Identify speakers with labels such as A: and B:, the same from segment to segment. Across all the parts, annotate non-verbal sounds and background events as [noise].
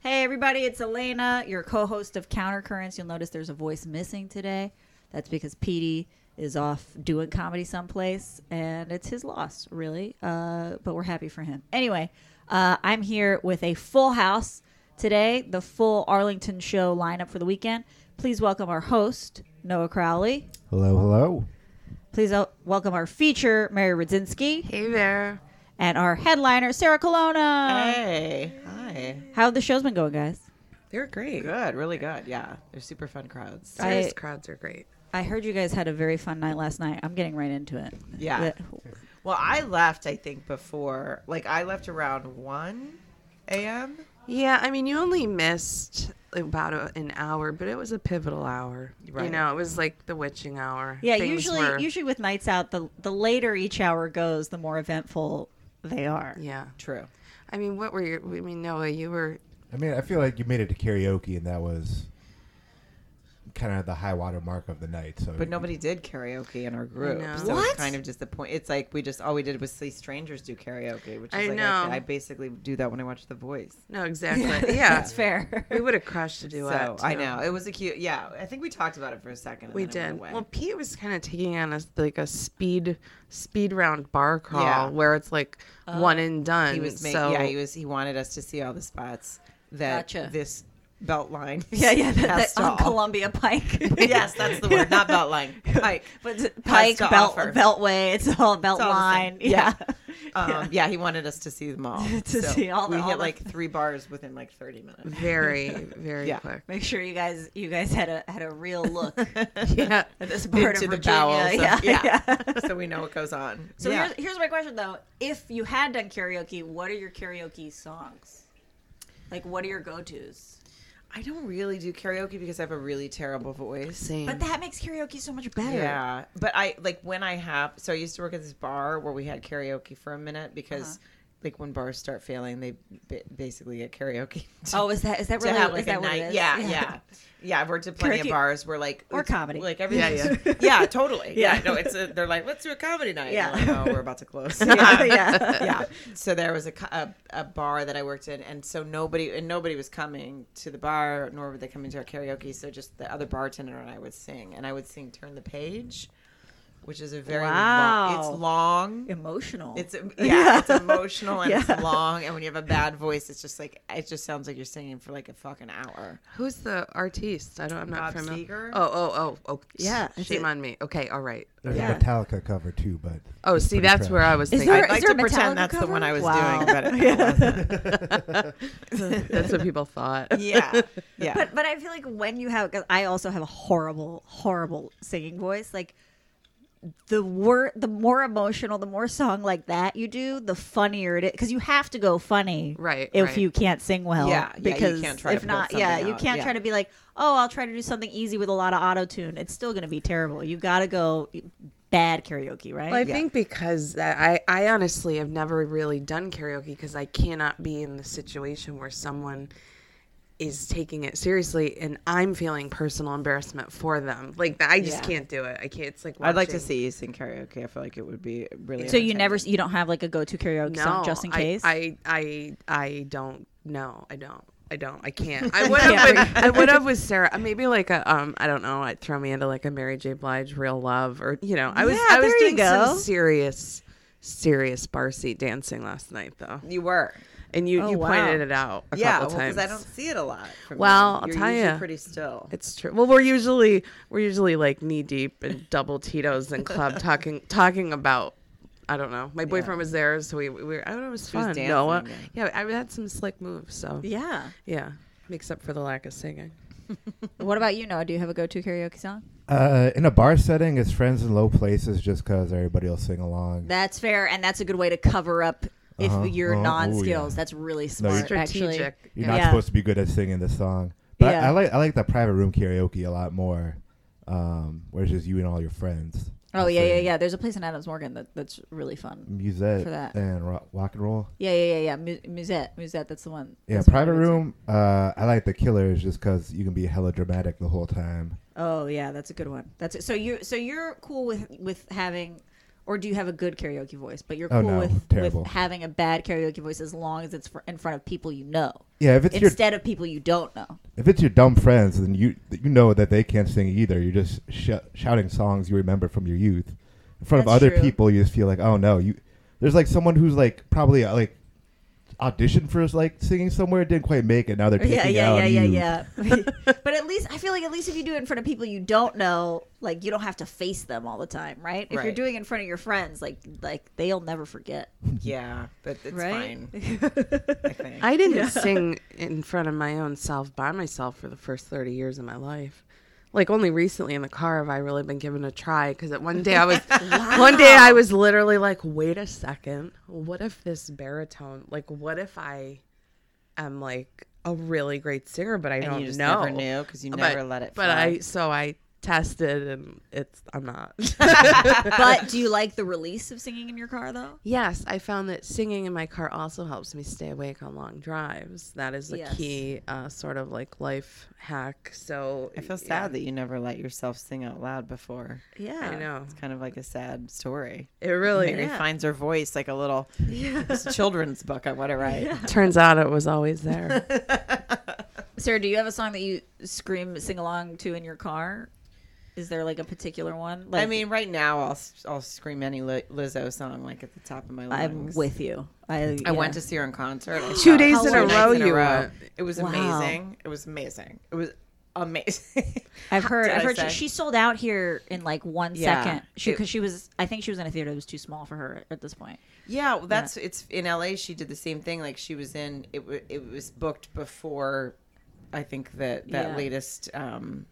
A: Hey, everybody, it's Elena, your co host of Counter Currents. You'll notice there's a voice missing today. That's because Petey is off doing comedy someplace, and it's his loss, really. Uh, but we're happy for him. Anyway, uh, I'm here with a full house today, the full Arlington show lineup for the weekend. Please welcome our host, Noah Crowley.
B: Hello, hello.
A: Please el- welcome our feature, Mary Radzinski,
C: Hey there.
A: and our headliner, Sarah
D: Um,
A: Colonna.
C: Hey. Hi.
A: How the show's been going, guys?
D: They're great. Uh,
C: Good. Really good. Yeah. They're super fun crowds.
A: I-
D: Sarah's crowds are great.
A: I heard you guys had a very fun night last night. I'm getting right into it.
C: Yeah.
A: But-
C: Well, I left, I think, before, like, I left around 1 a.m.
D: Yeah, I mean, you only missed about a, an hour, but it was a pivotal hour. You
C: Right.
D: know, it was like the witching hour.
A: Yeah,
D: Things
A: usually
D: were-
A: usually with nights out, the the later each hour goes, the more eventful they are.
D: Yeah,
C: True.
D: I mean, what were your? I mean, Noah, you were.
B: I mean, I feel like you made it to karaoke, and that was kind of the high water mark of the night. So,
C: But nobody did karaoke in our group.
D: know.
C: So
A: What?
C: it's kind of just the point. It's like we just, all we did was see strangers do karaoke, which is
D: I
C: like,
D: know.
C: I, I basically do that when I watch The Voice.
D: No, exactly.
C: [laughs]
A: [laughs]
D: Yeah,
A: That's fair.
D: we would have crushed to do
C: So I know. It was a cute, yeah. I think we talked about it for a second. And
D: We
C: then it went
D: did.
C: away.
D: Well, Pete was kind of taking on a like a speed speed round bar crawl
C: Yeah. Uh,
D: where it's like one and done.
C: he was making,
D: so
C: yeah, he was, he wanted us to see all the spots that
A: Gotcha.
C: this belt line.
A: yeah, yeah, that,
C: has
A: that
C: to
A: on
C: offer.
A: Columbia [laughs] Pike.
C: yes, that's the word,
A: [laughs]
C: not belt [laughs] line. Pike.
A: but it's Pike
C: to
A: Belt
C: offer.
A: Beltway. It's all Belt
C: all the
A: Line.
C: same.
A: Yeah.
C: Um, yeah. he wanted us [laughs] to see them all.
A: To see all the-
C: We
A: all
C: hit
A: the-
C: like three bars within like 30 minutes. [laughs]
D: very very
C: Yeah. [laughs]
D: quick.
A: [laughs] Make sure you guys you guys had a had a real [laughs] look at
C: [laughs]
D: Yeah.
A: this part
C: Into
A: of
C: the
A: Virginia.
C: bowels
A: [laughs]
C: of-
A: yeah,
C: yeah.
A: yeah.
C: [laughs] so we know what goes on.
A: So
C: yeah.
A: here's here's my question though: If you had done karaoke, what are your karaoke songs? Like, what are your go tos?
C: I don't really do karaoke because I have a really terrible voice.
D: Same.
A: But that makes karaoke so much better.
C: Yeah, but I like when I have. So I used to work at this bar where we had karaoke for a minute because, like, when bars start failing, they ba- basically get karaoke. [laughs] to-
A: Oh, is that is that
C: to
A: really
C: have
A: is
C: like a
A: that what it
C: night.
A: is? [laughs]
C: Yeah, yeah, yeah, I've worked at plenty
A: Karaoke-
C: of bars where like
A: Or
C: it's-
A: comedy.
C: like everything.
D: Yeah,
C: [laughs]
A: [laughs]
C: Yeah, totally. Yeah, no, it's a, they're like, let's do a comedy night.
A: Yeah.
C: Yeah, like, oh, we're about to close.
A: [laughs]
C: [laughs]
A: Yeah,
C: yeah,
A: yeah.
C: yeah. So there was a, co- a a bar that I worked in, and so nobody and nobody was coming to the bar, nor were they coming to our karaoke. So just the other bartender and I would sing, and I would sing "Turn the Page," which is a very long,
A: Wow.
C: it's long.
A: Emotional.
C: It's [laughs] yeah, it's emotional and it's long, and when you have a bad voice, it's just like it just sounds like you're singing for like a fucking hour.
D: Who's the artiste? I don't. I'm not
C: Bob
D: familiar.
C: Seger?
D: Oh, oh, oh, oh.
A: Yeah, I
D: Shame
A: think-
D: on me. Okay, all right.
B: there's
A: Yeah.
B: a Metallica cover too. But
D: Oh,
B: it's
D: see,
B: pretty
D: that's
B: trash.
D: where I was
A: Is
D: thinking.
A: there-
C: I'd like
A: is
C: to
A: a Metallica
C: pretend that's the
A: cover?
C: one I was
A: Wow.
C: doing, [laughs] but it wasn't.
D: that's what people [laughs]
A: [laughs]
D: thought.
C: yeah, yeah.
A: but but I feel like when you have, 'cause I also have a horrible, horrible singing voice. Like the wor- the more emotional, the more song like that you do, the funnier it is. Because you have to go funny,
D: Right,
A: If
D: right.
A: you can't sing well,
C: Yeah, yeah, you
A: Because
C: can't try to
A: if
C: pull
A: not, yeah,
C: something
A: you
C: out,
A: can't
C: yeah.
A: try to be like, oh, I'll try to do something easy with a lot of auto tune. It's still going to be terrible. You got to go bad karaoke, right?
D: Well, I think because that I, I honestly have never really done karaoke because I cannot be in the situation where someone is taking it seriously and I'm feeling personal embarrassment for them. Like I just
C: Yeah.
D: can't do it. I can't. It's like
C: I'd like to
D: watching-
C: see you sing karaoke. I feel like it would be really.
A: so. You
C: entertaining.
A: never, you don't have like a go to karaoke song just in
D: I-
A: case.
D: I, I, I, don't. No, I don't. I don't. I
A: [laughs]
D: can't. I would have. with- I would have with Sarah. uh, Maybe like a um. I don't know. I'd throw me into like a Mary J. Blige Real Love or you know. I was.
A: Yeah,
D: I was
A: there you
D: doing some
A: go.
D: serious, serious bar seat dancing last night though,
C: You were.
D: and you
A: Oh,
D: you
A: wow.
D: pointed it out a
C: Yeah,
D: couple
C: because
D: times.
C: I don't see it a lot. From
D: Well,
C: you.
D: I'll
C: You're
D: tell
C: usually
D: ya.
C: pretty still.
D: It's true. Well, we're usually we're usually like knee deep in double Tito's and club talking talking about I don't know. My boyfriend was there, so we, we were. I don't know. It was
C: was
D: fun.
C: dancing,
D: Noah. Yeah, I had some slick moves. So yeah.
A: yeah.
D: makes up for the lack of singing.
A: What about you, Noah? Do you have a go to karaoke song?
B: Uh, in a bar setting, it's friends in low places, just because everybody will sing along.
A: That's fair, and that's a good way to cover up if
B: Uh-huh.
A: your
B: Oh, oh,
A: non skills.
B: yeah.
A: That's really smart, actually.
D: Strategic.
B: You're not
A: Yeah.
B: supposed to be good at singing the song. But I,
A: Yeah.
B: I like I like that private room karaoke a lot more, um, where it's just you and all your friends.
A: Oh yeah, yeah, yeah. There's a place in Adams Morgan that, that's really fun.
B: Musette
A: For that.
B: and rock, rock and roll.
A: Yeah, yeah, yeah, yeah. Mu- Musette, Musette. That's the one.
B: Yeah,
A: That's what
B: private
A: I would say.
B: room. Uh, I like the Killers just because you can be hella dramatic the whole time.
A: Oh yeah, that's a good one. That's it. so you so you're cool with with having Or do you have a good karaoke voice, but you're
B: Oh,
A: cool
B: no,
A: with,
B: terrible.
A: with having a bad karaoke voice as long as it's fr- in front of people you know
B: Yeah, if it's your
A: instead of people you don't know?
B: if it's your dumb friends, then you you know that they can't sing either. You're just sh- shouting songs you remember from your youth in front
A: That's
B: of other
A: true.
B: people. You just feel like, oh no, you. There's like someone who's like probably uh, like auditioned for like singing somewhere, didn't quite make it. Now they're taking
A: [laughs] Yeah, yeah,
B: out
A: yeah, yeah,
B: you.
A: yeah.
B: [laughs]
A: [laughs] but at least I feel like at least if you do it in front of people you don't know, like you don't have to face them all the time, right? If you're
C: Right.
A: doing it in front of your friends, like like they'll never forget, [laughs]
C: Yeah, but it's
A: right?
D: [laughs]
C: fine. I think.
D: I didn't sing in front of my own self by myself for the first 30 years of my life. Like only recently in the car have I really been given a try because one day I
C: [laughs]
D: was one day I was literally like, wait a second, what if this baritone like what if I am like a really great singer but I
C: you
D: don't
C: just
D: know
C: never knew 'cause you
D: But-
C: never let it
D: But
C: fly.
D: I so I tested and it's I'm not. [laughs]
A: but do you like the release of singing in your car though?
D: Yes, I found that singing in my car also helps me stay awake on long drives. That is a
A: Yes.
D: key uh, sort of like life hack. So
C: I feel
D: yeah,
C: sad that you never let yourself sing out loud before.
A: Yeah,
D: I know
C: It's kind of like a sad story.
D: it really
C: Mary finds her voice like a little children's book. I want to
D: [laughs]
C: write.
D: turns out it was always there.
A: [laughs] Sarah, do you have a song that you scream sing along to in your car? Is there like a particular one? Like,
C: I mean, right now I'll s- I'll scream any Li- Lizzo song like at the top of my
A: I'm
C: lungs.
A: with you. I
C: I went
A: yeah.
C: to see her in concert. I
D: Two
C: saw
D: days
C: her
A: in a
C: nights
D: row you went.
C: It was
A: Wow.
C: amazing. It was amazing. It was amazing.
A: I've heard.
C: [laughs] Did
A: I've
C: I
A: heard she,
C: say?
A: she sold out here in like one second.
C: Yeah.
A: She
C: It-
A: because she was. I think she was in a theater that was too small for her at this point.
C: Yeah, well, that's it's in LA. She did the same thing. Like she was in it. wa- It was booked before, I think that that
A: Yeah.
C: latest um,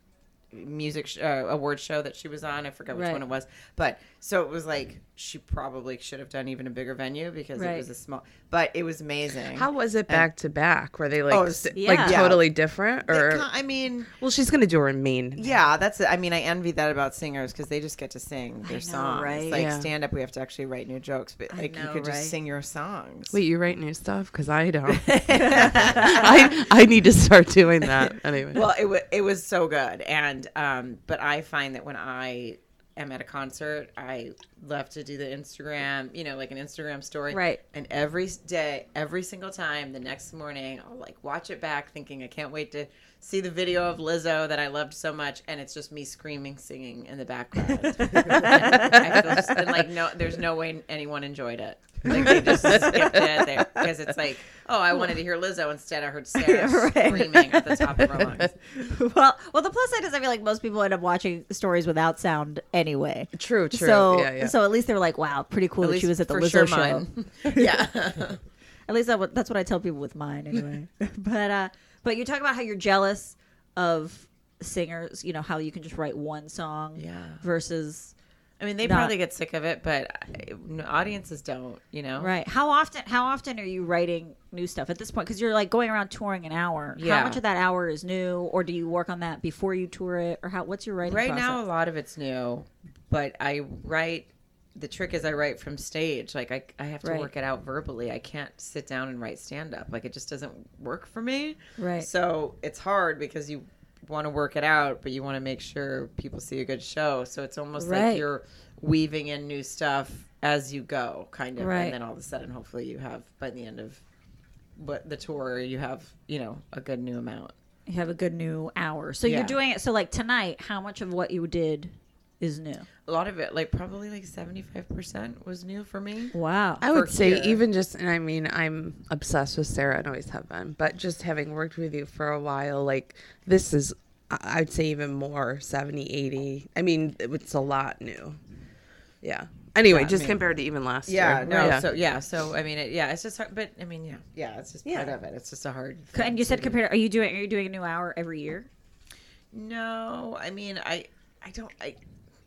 C: music sh- uh, award show that she was on. I forgot which
A: Right.
C: one it was, but so it was like she probably should have done even a bigger venue because
A: Right.
C: it was a small. But it was
D: [laughs]
C: amazing.
D: How was it back to back? Were they like
C: Oh,
D: s-
A: yeah.
D: like
A: Yeah.
D: totally different
C: They
D: or?
C: ki- I mean,
D: well, she's gonna do her in Maine.
C: yeah, that's. I mean, I envy that about singers because they just get to sing their
A: know,
C: songs.
A: right?
C: Like
D: Yeah.
C: stand up, we have to actually write new jokes, but like you
A: know,
C: could
A: right?
C: just sing your songs.
D: Wait, you write new stuff? Cause I [laughs] don't. I I need to start doing that anyway.
C: well it, w- it was so good and um but i find that when i am at a concert i love to do the instagram you know like an instagram story
A: Right.
C: and every s- day every single time the next morning i'll like watch it back thinking i can't wait to see the video of lizzo that i loved so much and it's just me screaming singing in the background [laughs] I feel just, and like no there's no way anyone enjoyed it like they just skipped it because it's like oh i wanted to hear lizzo instead i [laughs] heard sarah
A: Right.
C: screaming at the top of her lungs
A: well, well, the plus side is I feel like most people end up watching stories without sound anyway.
D: True, true.
A: So,
D: Yeah, yeah.
A: so at least they were like, "Wow, pretty cool that she was
C: least
A: at the
C: for
A: Lizzo
C: sure
A: show." [laughs]
C: mine. [laughs]
A: yeah. at least that, what- that's what I tell people with mine
C: [laughs]
A: anyway. [laughs] but uh, but you talk about how you're jealous of singers. You know how you can just write one song.
C: Yeah.
A: Versus
C: [laughs] I mean, they
A: Not-
C: probably get sick of it, but I, no, audiences don't, you know?
A: right. How often? How often are you writing new stuff at this point? Because you're like going around touring an hour. How
C: Yeah.
A: much of that hour is new, or do you work on that before you tour it, or how? What's your writing
C: Right
A: process?
C: now, a lot of it's new, but I write. The trick is I write from stage. Like I, I have to
A: Right.
C: work it out verbally. I can't sit down and write stand up. Like it just doesn't work for me.
A: Right.
C: So it's hard because you want to work it out, but you want to make sure people see a good show. So it's almost
A: Right.
C: like you're weaving in new stuff as you go, kind of.
A: Right.
C: And then all of a sudden, hopefully, you have by the end of what the tour, you have you know a good new amount.
A: you have a good new hour. So you're
C: Yeah.
A: doing it. So like tonight, how much of what you did is new?
C: A lot of it, like probably like seventy five percent, was new for me.
A: Wow.
D: I would
C: for
D: say
C: here.
D: even just, and I mean, I'm obsessed with Sarah and always have been, but just having worked with you for a while, like this is, I- I'd say even more 70, 80. I mean, it's a lot new. Yeah. Anyway, just compared to even last
C: Yeah,
D: year.
C: no, so yeah, so I mean, it, yeah, it's just hard, but I mean, yeah, yeah, it's just part of it. It's just a hard. thing
A: and you
C: to
A: said
C: do.
A: compared. Are you doing? Are you doing a new hour every year?
C: No, I mean, I, I don't, I,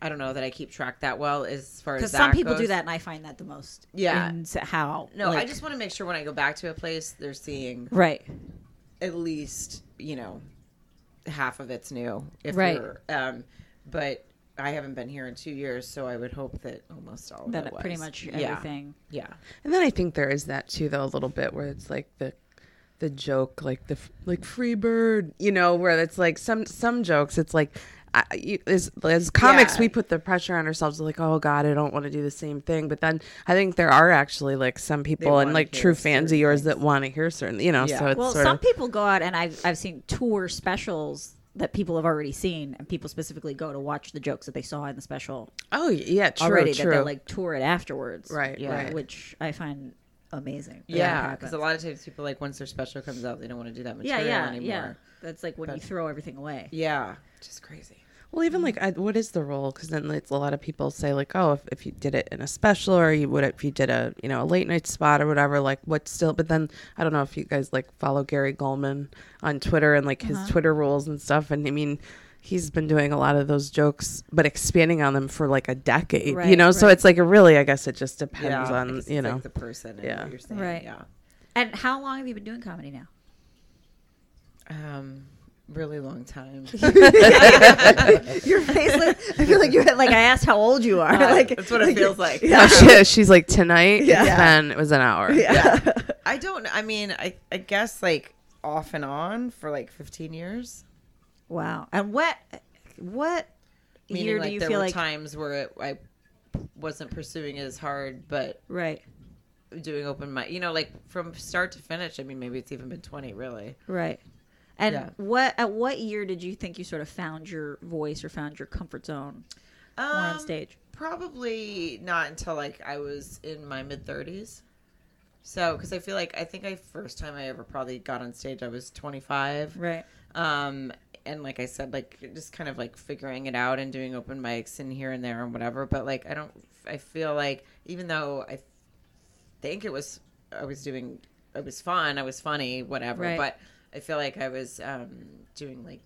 C: I don't know that I keep track that well as far as
A: Because some
C: that
A: people do
C: goes.
A: that, and I find that the most.
C: Yeah.
A: in s- how?
C: No, I
A: like-
C: just want to make sure when I go back to a place, they're seeing
A: right.
C: at least you know half of it's new. If
A: Right.
C: you're- Um, but I haven't been here in two years, so I would hope that almost all of
A: That
C: it
A: pretty
C: was.
A: much
C: Yeah.
A: everything.
C: yeah.
D: And then I think there is that too, though, a little bit where it's like the, the joke, like the f- like free bird, you know, where it's like some some jokes, it's like I, you, as, as comics,
C: Yeah.
D: we put the pressure on ourselves, like, oh God, I don't want to do the same thing. But then I think there are actually like some people and
C: wanna
D: like
C: hear
D: true fans of
C: certain
D: yours that want to hear certain, you know.
C: Yeah.
D: So it's
A: Well,
D: sort
A: some
D: of
A: people go out and I've I've seen tour specials that people have already seen, and people specifically go to watch the jokes that they saw in the special
D: oh yeah, true,
A: already. That
D: true.
A: they'll like tour it afterwards,
D: Right,
A: uh,
D: right.
A: Which I find amazing. that that
C: Yeah,
A: happens.
C: because a lot of times people like once their special comes out, they don't want to do that
A: yeah,
C: material
A: yeah,
C: anymore.
A: yeah. That's like when you throw everything away.
C: Yeah, just crazy.
D: Well, even like, I, what is the role? Because then it's a lot of people say like, oh, if, if you did it in a special, or you would if you did a you know a late night spot or whatever, like what's still? But then I don't know if you guys like follow Gary Goldman on Twitter and like
A: Uh-huh.
D: his Twitter rules and stuff. And I mean, he's been doing a lot of those jokes, but expanding on them for like a decade, you
A: Right,
D: know. So
A: right.
D: it's like a really, I guess it just depends
C: yeah, I
D: on
C: guess
D: you
C: it's,
D: know.
C: like the person. And
D: Yeah.
C: what you're saying.
A: Right.
C: Yeah.
A: And how long have you been doing comedy
C: [laughs]
A: now? [laughs]
C: Um, really long
A: [laughs]
C: time.
A: Your face, like, I feel like you had, like I asked how old you are. like
C: Uh, That's what it feels
D: [laughs]
C: like. [laughs]
D: Oh, she, she's like tonight. Yeah.
A: Yeah.
D: it was an
A: [laughs]
D: hour.
A: yeah.
C: I don't. I mean, I I guess like off and on for like 15 years.
A: Wow. And what what
C: Meaning,
A: year
C: like,
A: do you
C: there
A: feel
C: were
A: like
C: times where it, I wasn't pursuing it as hard, but
A: right,
C: doing open mic. You know, like from start to finish. I mean, maybe it's even been 20, really.
A: right. And
C: Yeah.
A: what at what year did you think you sort of found your voice or found your comfort zone
C: Um,
A: more on stage?
C: Probably not until like I was in my mid 30s. So, because I feel like I think I first time I ever probably got on stage, I was 25.
A: Right.
C: um and like i said like just kind of like figuring it out and doing open mics and here and there and whatever but like i don't i feel like even though i think it was i was doing it was fun i was funny whatever
A: Right.
C: but i feel like i was um doing like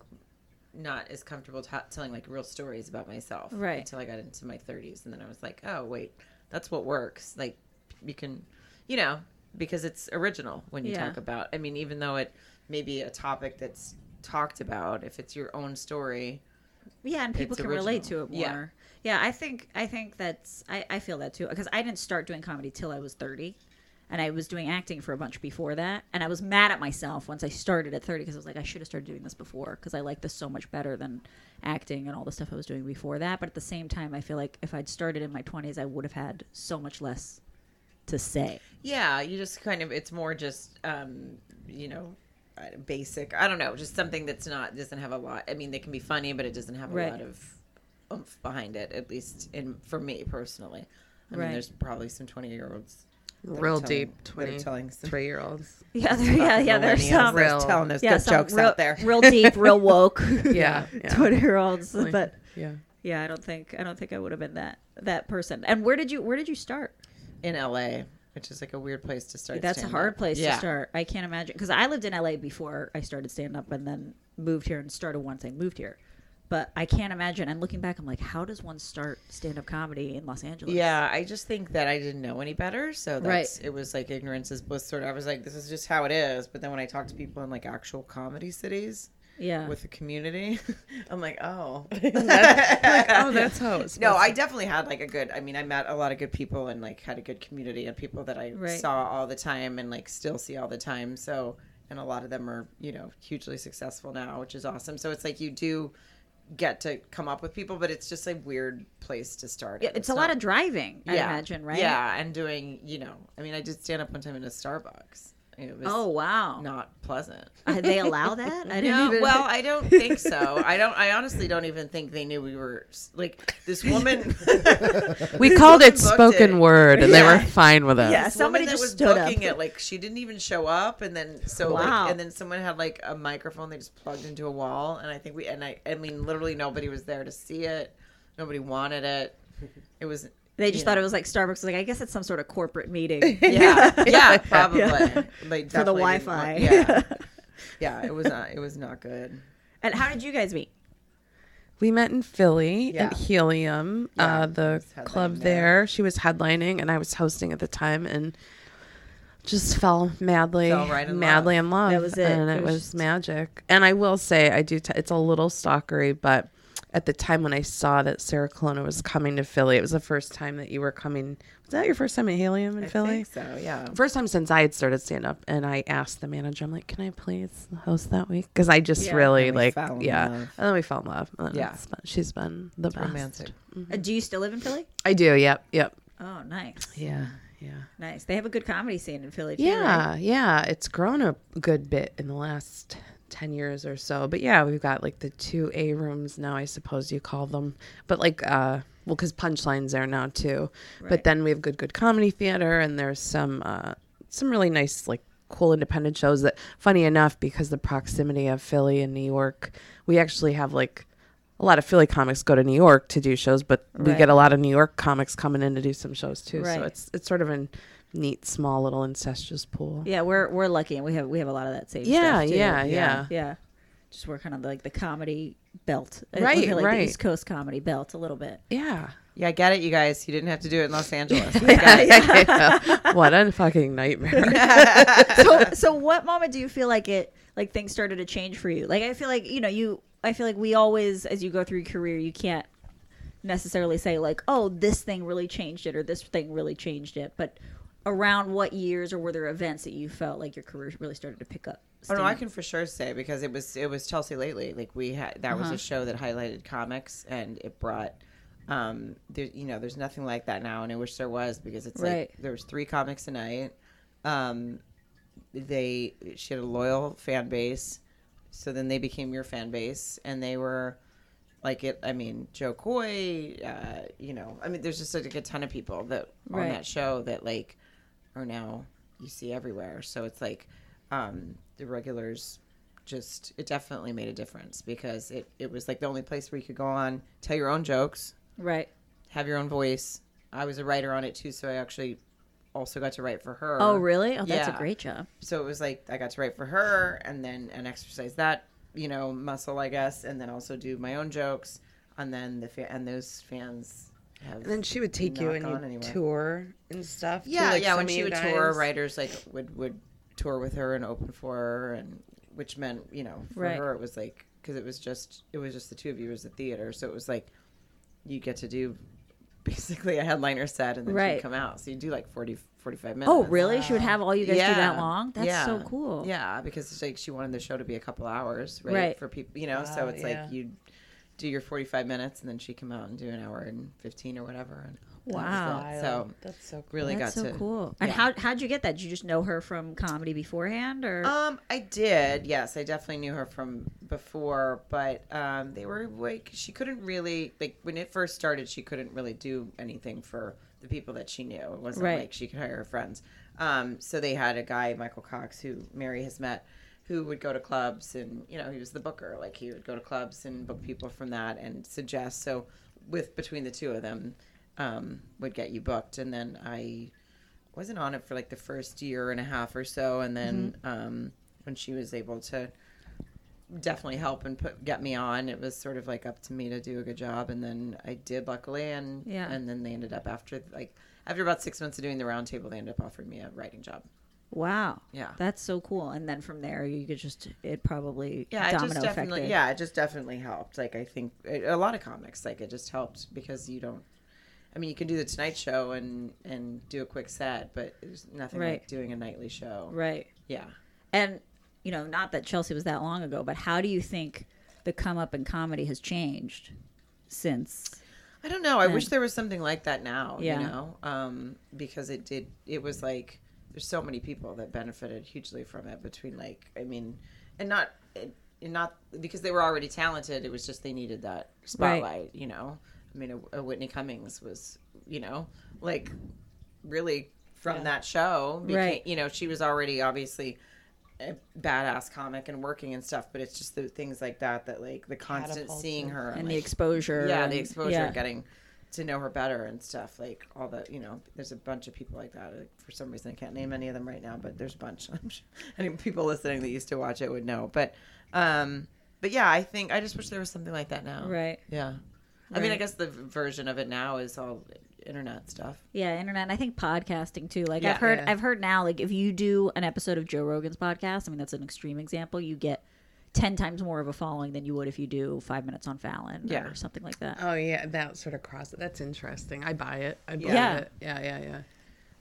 C: not as comfortable t- telling like real stories about myself
A: Right.
C: until i got into my 30s and then i was like oh wait that's what works like you can you know because it's original when you
A: Yeah.
C: talk about i mean even though it may be a topic that's talked about if it's your own story
A: Yeah, and people
C: It's
A: can relate to
C: original.
A: it
C: Yeah.
A: more. Yeah. I think I think that's I, I feel that too because I didn't start doing comedy till I was thirty, and I was doing acting for a bunch before that, and I was mad at myself once I started at thirty because I was like I should have started doing this before because I like this so much better than acting and all the stuff I was doing before that. But at the same time, I feel like if I'd started in my twenties, I would have had so much less to
C: [laughs]
A: say.
C: yeah you just kind of it's more just um you know uh, basic i don't know just something that's not doesn't have a lot i mean they can be funny but it doesn't have a
A: Right.
C: lot of oomph behind it at least in for me personally i
A: Right.
C: mean there's probably some 20 year olds
D: Real deep
C: twenty
D: 20,
C: telling some
D: 3 year olds.
A: Yeah, there, [laughs] yeah, yeah. There's
C: millennials
A: some
C: that's
D: real-
C: telling those
A: yeah,
C: good
A: some
C: jokes
A: real,
C: out there
A: real deep, real
C: [laughs]
A: woke.
D: Yeah,
A: [laughs]
D: yeah.
A: twenty year olds,
D: Like,
A: but.
D: yeah.
A: Yeah, I don't think I don't think I would have been that that person. And where did you where did you start?
C: in LA, which is like a weird place to start.
A: That's a
C: stand-up.
A: hard place
C: Yeah.
A: to start. I can't imagine because I lived in LA before I started stand up and then moved here and started once I moved here. But I can't imagine. And looking back, I'm like, how does one start stand up comedy in Los Angeles?
C: Yeah, I just think that I didn't know any better, so that's
A: Right.
C: it was like ignorance is bliss. Sort of, I was like, this is just how it is. But then when I talk to people in like actual comedy cities
A: yeah,
C: with the community, [laughs] I'm like, oh, [laughs]
A: [laughs]
D: Oh, that's how it's
C: No, I definitely had like a good. I mean, I met a lot of good people and like had a good community of people that I
A: Right.
C: saw all the time and like still see all the time. So, and a lot of them are you know hugely successful now, which is awesome. So it's like you do get to come up with people, but it's just a weird place to start.
A: Yeah,
C: at.
A: it's, a lot
C: not-
A: of driving. I imagine, right?
C: Yeah, and doing you know, I mean, I did stand up one time in a Starbucks. It was
A: Oh wow.
C: not pleasant.
A: Uh, they allow
C: [laughs]
A: that? I didn't
C: No,
A: even.
C: well,
A: [laughs]
C: I don't think so. I don't. I honestly don't even think they knew we were like
A: [laughs]
C: this woman. [laughs]
D: We called it
C: booked it.
D: spoken word, and
C: Yeah.
D: they were fine with us.
A: Yeah.
C: this woman
A: somebody
C: that
A: just
C: was
A: stood
C: booking
A: up.
C: it like she didn't even show up, and then so
A: Wow.
C: like, and then someone had like a microphone they just plugged into a wall, and I think we and I I mean literally nobody was there to see it, nobody wanted it. It was
A: they just
C: yeah.
A: thought it was like Starbucks. was Like I guess it's some sort of corporate meeting. [laughs]
C: yeah yeah probably They
A: For the
C: definitely didn't
A: Wi-Fi. [laughs]
C: want- yeah yeah it was not it was not good.
A: and how did you guys meet?
D: We met in Philly
C: Yeah.
D: at Helium,
C: Yeah,
D: uh,
C: I
D: the
C: was headlining
D: club
C: there.
D: there. She was headlining, and I was hosting at the time, and just fell madly,
C: Fell right in
D: madly
C: love.
D: in love.
A: That was it.
D: and
A: It
D: it
A: was
D: was,
A: just-
D: magic. And I will say, I do. T- it's a little stalkery, but at the time when I saw that Sarah Colonna was coming to Philly, it was the first time that you were coming. Is that your first time at Helium in
C: I
D: Philly?
C: think so. Yeah.
D: First time since I had started stand up, and I asked the manager, I'm like, can I please host that week? Because I just
C: Yeah,
D: really
C: and we
D: like,
C: fell in
D: yeah.
C: love.
D: And then we fell in love. And
C: Yeah.
D: it's been- she's been the best.
C: Romantic.
A: Uh, do you still live in Philly?
D: I do. Yep. Yep.
A: Oh, nice,
D: Yeah. Yeah.
A: nice. They have a good comedy scene in Philly. Too, right?
D: Yeah, yeah, it's grown a good bit in the last 10 years or so. But yeah, we've got like the two A rooms now, I suppose you call them. But like uh well cuz Punchline's there now too.
A: Right.
D: But then we have good good comedy theater and there's some uh some really nice like cool independent shows that funny enough because the proximity of Philly and New York, we actually have like a lot of Philly comics go to New York to do shows, but we
A: Right.
D: get a lot of New York comics coming in to do some shows too.
A: Right.
D: So it's it's sort of a neat, small little incestuous pool.
A: yeah. We're we're lucky, and we have we have a lot of that same.
D: Yeah,
A: stuff, too.
D: yeah, yeah.
A: yeah. Just we're kind of like the comedy belt, Uh,
D: Right,
A: kinda like
D: right.
A: The East Coast comedy belt, a little
D: [laughs]
A: bit.
D: [laughs] Yeah.
C: Yeah, I get it, you guys. You didn't have to do it in Los Angeles.
D: what a [laughs] fucking nightmare.
A: so, so what moment do you feel like it like things started to change for you like i feel like you know you i feel like we always as you go through your career you can't necessarily say like oh this thing really changed it or this thing really changed it but around what years or were there events that you felt like your career really started to pick up
C: Oh no,
A: steam?
C: I can for sure say because it was it was Chelsea lately. Like we had that was a show that highlighted comics and it brought um there you know there's nothing like that now and I wish there was because it's
A: Right.
C: like there was three comics a night. Um, they she had a loyal fan base, so then they became your fan base and they were like it. I mean Joe Coy, uh, you know, I mean there's just like a ton of people that on
A: Right.
C: that show that like are now you see everywhere. So it's like um, the regulars just it definitely made a difference because it, it was like the only place where you could go on, tell your own jokes,
A: right
C: have your own voice. I was a writer on it too, so I actually also got to write for her.
A: oh really oh that's a
C: Yeah.
A: great job
C: So it was like I got to write for her and then and exercise that, you know, muscle I guess, and then also do my own jokes and then the fa- and those fans have
D: and then she would take you
C: Not
D: and
C: gone
D: you'd
C: anywhere.
D: tour and stuff. to,
C: Yeah,
D: like,
C: yeah.
D: some
C: When
D: of
C: she
D: you
C: would tour,
D: guys.
C: writers like would would tour with her and open for her, and which meant you know for
A: Right.
C: her it was like because it was just it was just the two of you as the theater, so it was like you get to do basically a headliner set and then
A: Right.
C: you come out, so you do like 40, 45 minutes.
A: oh really she would have all you guys do that
C: uh, Yeah.
A: long that's
C: Yeah.
A: so cool
C: Yeah, because it's like she wanted the show to be a couple hours, right?
A: Right.
C: For people, you know. so
D: Wow,
C: it's
D: yeah.
C: like you do your forty-five minutes, and then she come out and do an hour and fifteen or whatever. And that was
A: Wow.
C: it. So
D: that's so cool.
C: really
A: that's
C: got
A: so
C: to
A: cool and
C: yeah.
A: how how'd you get that did you just know her from comedy beforehand or
C: Um, I did. Yes, I definitely knew her from before, but um, they were like she couldn't really like when it first started. She couldn't really do anything for the people that she knew. It wasn't
A: Right.
C: like she could hire her friends. Um, so they had a guy, Michael Cox, who Mary has met, who would go to clubs and you know he was the booker. Like he would go to clubs and book people from that and suggest. So with between the two of them, um, would get you booked, and then I wasn't on it for like the first year and a half or so and then
A: Mm-hmm.
C: um, when she was able to definitely help and put get me on it was sort of like up to me to do a good job and then i did luckily and
A: Yeah.
C: and then they ended up after like after about six months of doing the roundtable they ended up offering me a writing job
A: Wow.
C: Yeah.
A: That's so cool. And then from there, you could just, it probably
C: yeah it
A: domino eh?
C: just definitely
A: affected.
C: yeah it just definitely helped like i think a lot of comics like it just helped because you don't i mean you can do the tonight show and and do a quick set but there's nothing
A: Right.
C: like doing a nightly show
A: Right.
C: yeah
A: And, you know, not that Chelsea was that long ago, but how do you think the come up in comedy has changed since?
C: I don't know. I wish there was something like that now,
A: Yeah.
C: you know, um, because it did. It was like there's so many people that benefited hugely from it. Between like, I mean, and not, and not because they were already talented. It was just they needed that spotlight, you know. I mean, a, a Whitney Cummings was, you know, like really from that show. Became,
A: Right.
C: You know, she was already obviously a badass comic and working and stuff, but it's just the things like that that like the constant seeing her
A: And
C: like,
A: the exposure.
C: yeah
A: and-
C: the exposure
A: yeah.
C: getting to know her better and stuff like all the you know there's a bunch of people like that like, for some reason i can't name any of them right now but there's a bunch [laughs] I'm sure any people listening that used to watch it would know but um but yeah i think i just wish there was something like that now
A: Right.
C: yeah i mean i
A: Right.
C: guess the v- version of it now is all internet stuff
A: Yeah, internet. And I think podcasting too. Like I've
C: Yeah.
A: heard,
D: Yeah.
A: I've heard now. Like if you do an episode of Joe Rogan's podcast, I mean that's an extreme example. You get ten times more of a following than you would if you do five minutes on Fallon
C: Yeah.
A: or something like that.
D: Oh yeah, that sort of cross. That's interesting. I buy it. I buy
A: Yeah.
D: it. Yeah, yeah, yeah.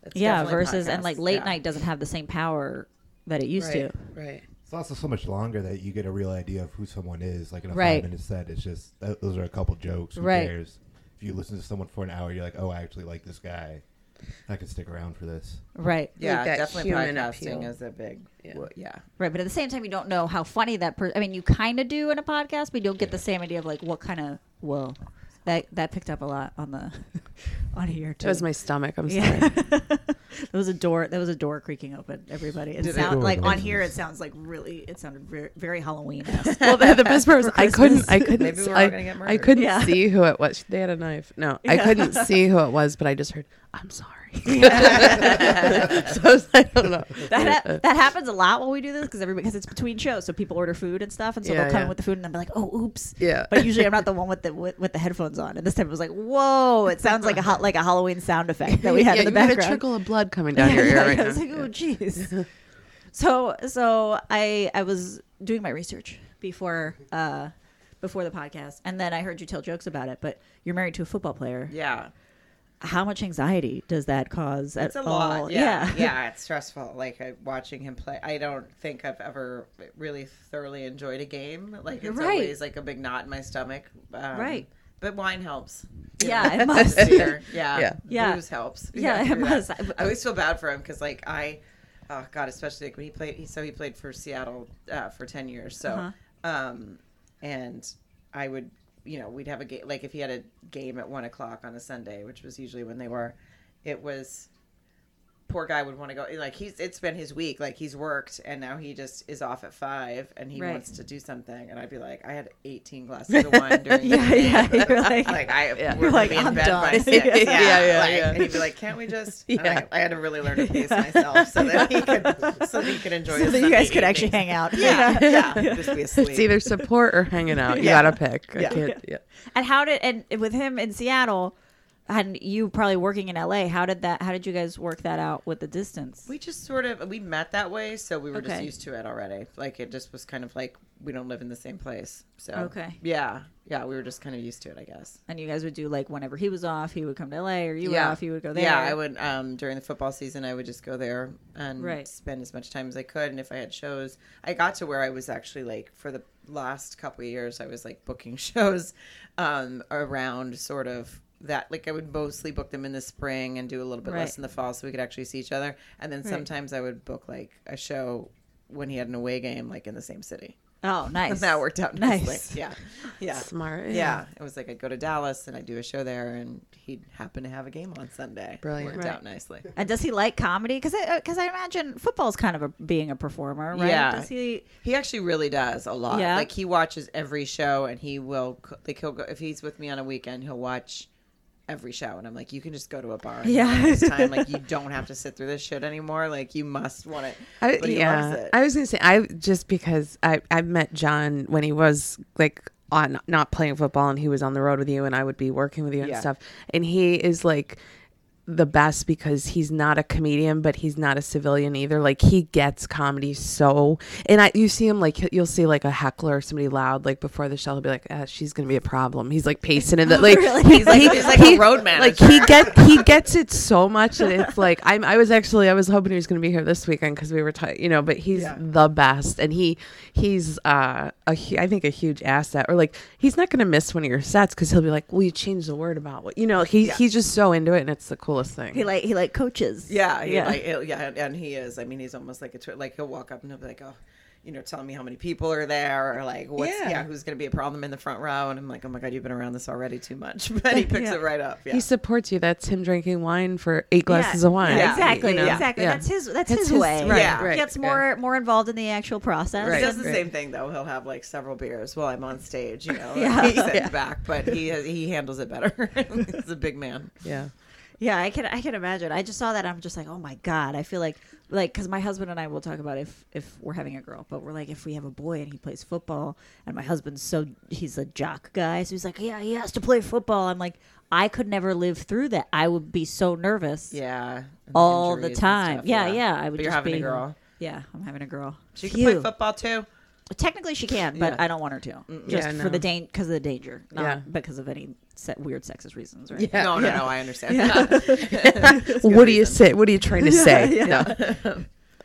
D: That's
A: yeah,
D: definitely
A: versus and like
D: podcasts.
A: late
D: Yeah.
A: night doesn't have the same power that it used
D: Right,
A: to.
D: right.
B: It's also so much longer that you get a real idea of who someone is. Like in a
A: Right.
B: five minute set, it's just th- those are a couple jokes. Who
A: Right.
B: cares? If you listen to someone for an hour, you're like, oh, I actually like this guy. I can stick around for this.
A: Right.
C: Yeah,
D: that
C: definitely
D: human
C: podcasting
D: appeal.
C: is a big. Yeah. yeah.
A: Right, but at the same time, you don't know how funny that person. I mean, you kind of do in a podcast, but you don't get the same idea of like what kind of whoa. That that picked up a lot on the [laughs] on here too.
D: That was my stomach. I'm sorry.
A: yeah. [laughs] there was a door. There was a door creaking open. Everybody, it sound,
B: it-
A: like on here, it sounds like really. It sounded very, very Halloween.
D: well, the, the best part was I couldn't. I couldn't.
C: Maybe we're all
D: I,
C: gonna get
D: I
C: murdered.
D: couldn't
A: Yeah.
D: see who it was. They had a knife. No, I
A: Yeah.
D: couldn't see who it was, but I just heard. I'm sorry. [laughs] so I, was, I don't know.
A: [laughs] That, ha- that happens a lot when we do this because everybody because it's between shows, so people order food and stuff, and so
D: Yeah,
A: they'll come in
D: yeah.
A: with the food and I'm like, oh, oops.
D: Yeah.
A: But usually I'm
D: [laughs]
A: not the one with the with, with the headphones on, and this time it was like, whoa! It sounds like a hot like a Halloween sound effect that we had
D: [laughs] yeah,
A: in the
D: you
A: background.
D: had a trickle of blood coming down
A: [laughs]
D: your
A: Yeah,
D: ear right
A: I was
D: now.
A: like, oh, jeez. so, so I I was doing my research before uh before the podcast, and then I heard you tell jokes about it. But you're married to a football player.
C: Yeah.
A: How much anxiety does that cause?
C: It's a lot. Yeah.
A: yeah. [laughs]
C: Yeah. It's stressful. Like I, watching him play, I don't think I've ever really thoroughly enjoyed a game. Like it's
A: Right.
C: always like a big knot in my stomach. Um,
A: Right.
C: But wine helps.
A: Yeah,
C: [laughs]
A: it must.
C: Beer, yeah.
D: Yeah.
A: Yeah.
C: Booze helps.
A: Yeah,
C: You
A: it
C: gotta do that.
A: must.
C: I always feel bad for him because, like, I, oh God, especially like when he played. He, so he played for Seattle uh, for ten years. So,
A: Uh-huh.
C: um, and I would, you know, we'd have a game. Like if he had a game at one o'clock on a Sunday, which was usually when they were, it was. Poor guy would want to go. Like he's, it's been his week. Like he's worked, and now he just is off at five, and he
A: Right.
C: wants to do something. And I'd be like, I had eighteen
A: [laughs]
C: glasses of wine during the
A: yeah,
C: day
A: yeah.
C: [laughs]
A: You're like,
C: like I
D: Yeah.
C: we're
A: You're like,
C: like in
A: I'm
C: bed by
A: done.
C: six.
A: [laughs] Yeah,
C: yeah,
D: yeah,
C: like,
D: yeah.
C: And he'd be like, "Can't we just?" and
D: Yeah.
C: I, I had to really
A: [laughs]
C: learn to pace myself so that he could, so that he could enjoy.
A: so
C: his
A: that you
C: Sunday
A: guys could actually
C: evening.
A: hang out. [laughs]
C: Yeah, yeah, just be asleep.
D: It's either support or hanging out. You
C: Yeah.
D: gotta pick. I
C: Yeah.
D: can't. Yeah.
A: And how did and with him in Seattle, and you probably working in LA, how did that? How did you guys work that out with the distance?
C: we just sort of we met that way, so we were just
A: Okay.
C: used to it already. Like it just was kind of like we don't live in the same place. So
A: Okay.
C: yeah, yeah, we were just kind of used to it, I guess.
A: and you guys would do like whenever he was off, he would come to LA, or you were off, you would go there.
C: Yeah, I would. Um, during the football season, I would just go there and
A: Right.
C: spend as much time as I could. And if I had shows, I got to where I was actually like for the last couple of years, I was like booking [laughs] shows um, around sort of that. Like I would mostly book them in the spring and do a little bit
A: Right.
C: less in the fall, so we could actually see each other. And then sometimes I would book like a show when he had an away game, like in the same city. [laughs]
A: Oh, nice.
C: That
A: [laughs]
C: worked out
A: Nice.
C: nicely. Yeah, yeah.
D: Smart.
C: Yeah, it was like I'd go to Dallas and I'd do a show there, and he'd happen to have a game on Sunday.
D: Brilliant.
C: worked
A: Right.
C: out nicely.
A: And does he like comedy? Because because I imagine football's kind of a, being a performer, right?
C: Yeah.
A: Does he?
C: He actually really does a lot.
A: Yeah.
C: Like he watches every show, and he will c- like he'll go if he's with me on a weekend, he'll watch every show, and I'm like, you can just go to a bar. and
A: Yeah.
C: have a nice time
D: [laughs]
C: like you don't have to sit through this shit anymore. Like you must want it.
D: I,
C: But he
D: yeah,
C: loves it.
D: I was gonna say I just because I I met John when he was like on not playing football and he was on the road with you and I would be working with you and
C: Yeah.
D: stuff and he is like the best because he's not a comedian but he's not a civilian either like he gets comedy so and I you see him like he'll- you'll see like a heckler or somebody loud like before the show he'll be like ah, she's gonna be a problem he's like pacing
C: [laughs]
D: in the like
A: Really?
D: he's like
C: Oh, He's like a road
D: like he get he gets it so much that it's like I'm I was actually I was hoping he was going to be here this weekend because we were t- you know but he's
C: Yeah.
D: the best and he he's uh a hu- I think a huge asset or like he's not going to miss one of your sets because he'll be like will you change the word about what you know he he's just so into it and it's the coolest thing
A: He like he like coaches.
C: Yeah, he,
A: yeah.
C: Like, he'll- yeah, and- and he is. I mean, he's almost like a twi- like he'll walk up and he'll be like, oh, you know, telling me how many people are there or like what's
D: Yeah.
C: yeah, who's going to be a problem in the front row, and I'm like, oh my god, you've been around this already too much, [laughs] but he picks
A: [laughs] Yeah.
C: it right up. Yeah.
D: he supports you that's him drinking wine for eight [laughs] glasses of wine
A: Yeah,
C: Yeah.
A: exactly,
D: you know?
A: exactly.
D: Yeah.
A: That's his. That's,
D: That's
A: his,
D: his-
A: way.
D: right,
C: Yeah.
D: right,
A: He gets
D: yeah.
A: more more involved in the actual process.
D: Right.
C: He does the
D: Right.
C: same thing though. He'll have like several beers while I'm on stage,
A: [laughs]
C: you know.
A: Yeah.
C: yeah. He's sitting back, but he has, he handles it better. [laughs] He's a big man.
A: [laughs]
D: yeah
A: Yeah, I can I can imagine. I just saw that. I'm just like, oh my god. I feel like like because my husband and I will talk about if if we're having a girl, but we're like if we have a boy and he plays football, and my husband's so he's a jock guy, so he's like, yeah, he has to play football. I'm like, I could never live through that. I would be so nervous.
C: Yeah. and
A: All the
C: injuries and
A: time. Yeah, yeah, I would
C: but you're
A: just
C: having
A: be-
C: a girl.
A: Yeah, I'm having a girl.
C: She can play
A: Phew.
C: football too.
A: Technically, she can, but
C: Yeah.
A: I don't want her to. Just
D: Yeah,
A: for
D: no.
A: the danger, because of the danger, not
D: Yeah.
A: because of any se- weird sexist reasons, right?
D: Yeah.
C: No, no, no. I understand.
D: what do you say? What are
A: [laughs]
D: you trying to say? No.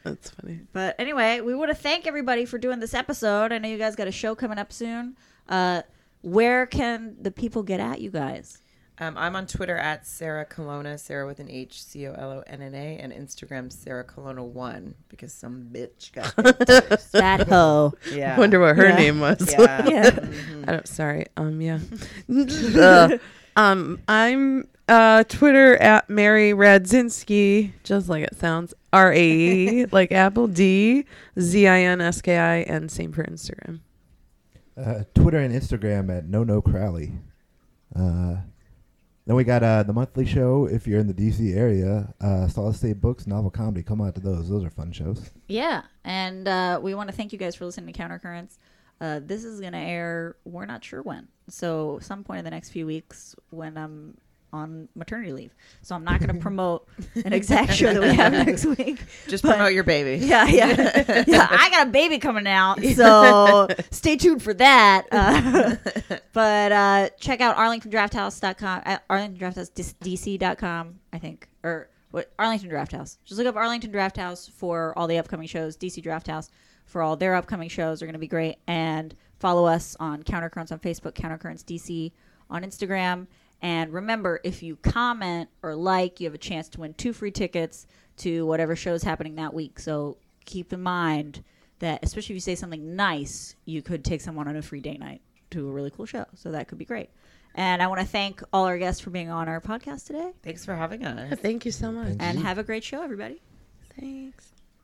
D: That's funny.
A: But anyway, we want to thank everybody for doing this episode. I know you guys got a show coming up soon. Uh, where can the people get at you
C: [laughs]
A: guys?
C: Um, I'm on Twitter at Sarah Colonna, Sarah with an H, C O L O N N A, and Instagram Sarah Colonna one because some bitch got.
A: That
C: [laughs]
A: hoe.
C: Yeah.
D: Wonder what her
A: Yeah.
D: name was.
C: Yeah.
D: I don't, sorry. Um, yeah. Ugh. um, I'm uh, Twitter at Mary Radzinski, just like it sounds. R A E, like Apple D Z I N S K I, and same for Instagram.
B: uh, Twitter and Instagram at No No Crowley. Uh, then we got uh, the monthly show if you're in the DC area. Uh, Solid State Books, Novel Comedy. Come out to those. Those are fun shows.
A: Yeah, and uh, we want to thank you guys for listening to Counter Currents. Uh, this is going to air, we're not sure when. So, some point in the next few weeks when I'm on maternity leave. So, I'm not going to promote an exact show that we have next week.
C: Just
A: But-
C: promote your baby.
A: Yeah, yeah. yeah, I got a baby coming out. So, stay tuned for that. Uh, but uh, check out arlingtondrafthouse.com, at arlingtondrafthouse.dc.com, I think, or what, Arlington Draft House. Just look up Arlington Draft House for all the upcoming shows, DC Draft House for all their upcoming shows are going to be great. And follow us on Countercurrents on Facebook, Countercurrents DC on Instagram. And remember, if you comment or like, you have a chance to win two free tickets to whatever show's happening that week. So keep in mind that, especially if you say something nice, you could take someone on a free date night to a really cool show. So that could be great. And I want to thank all our guests for being on our podcast today.
C: Thanks for having us.
D: Thank you so much.
A: And have a great show, everybody.
D: Thanks.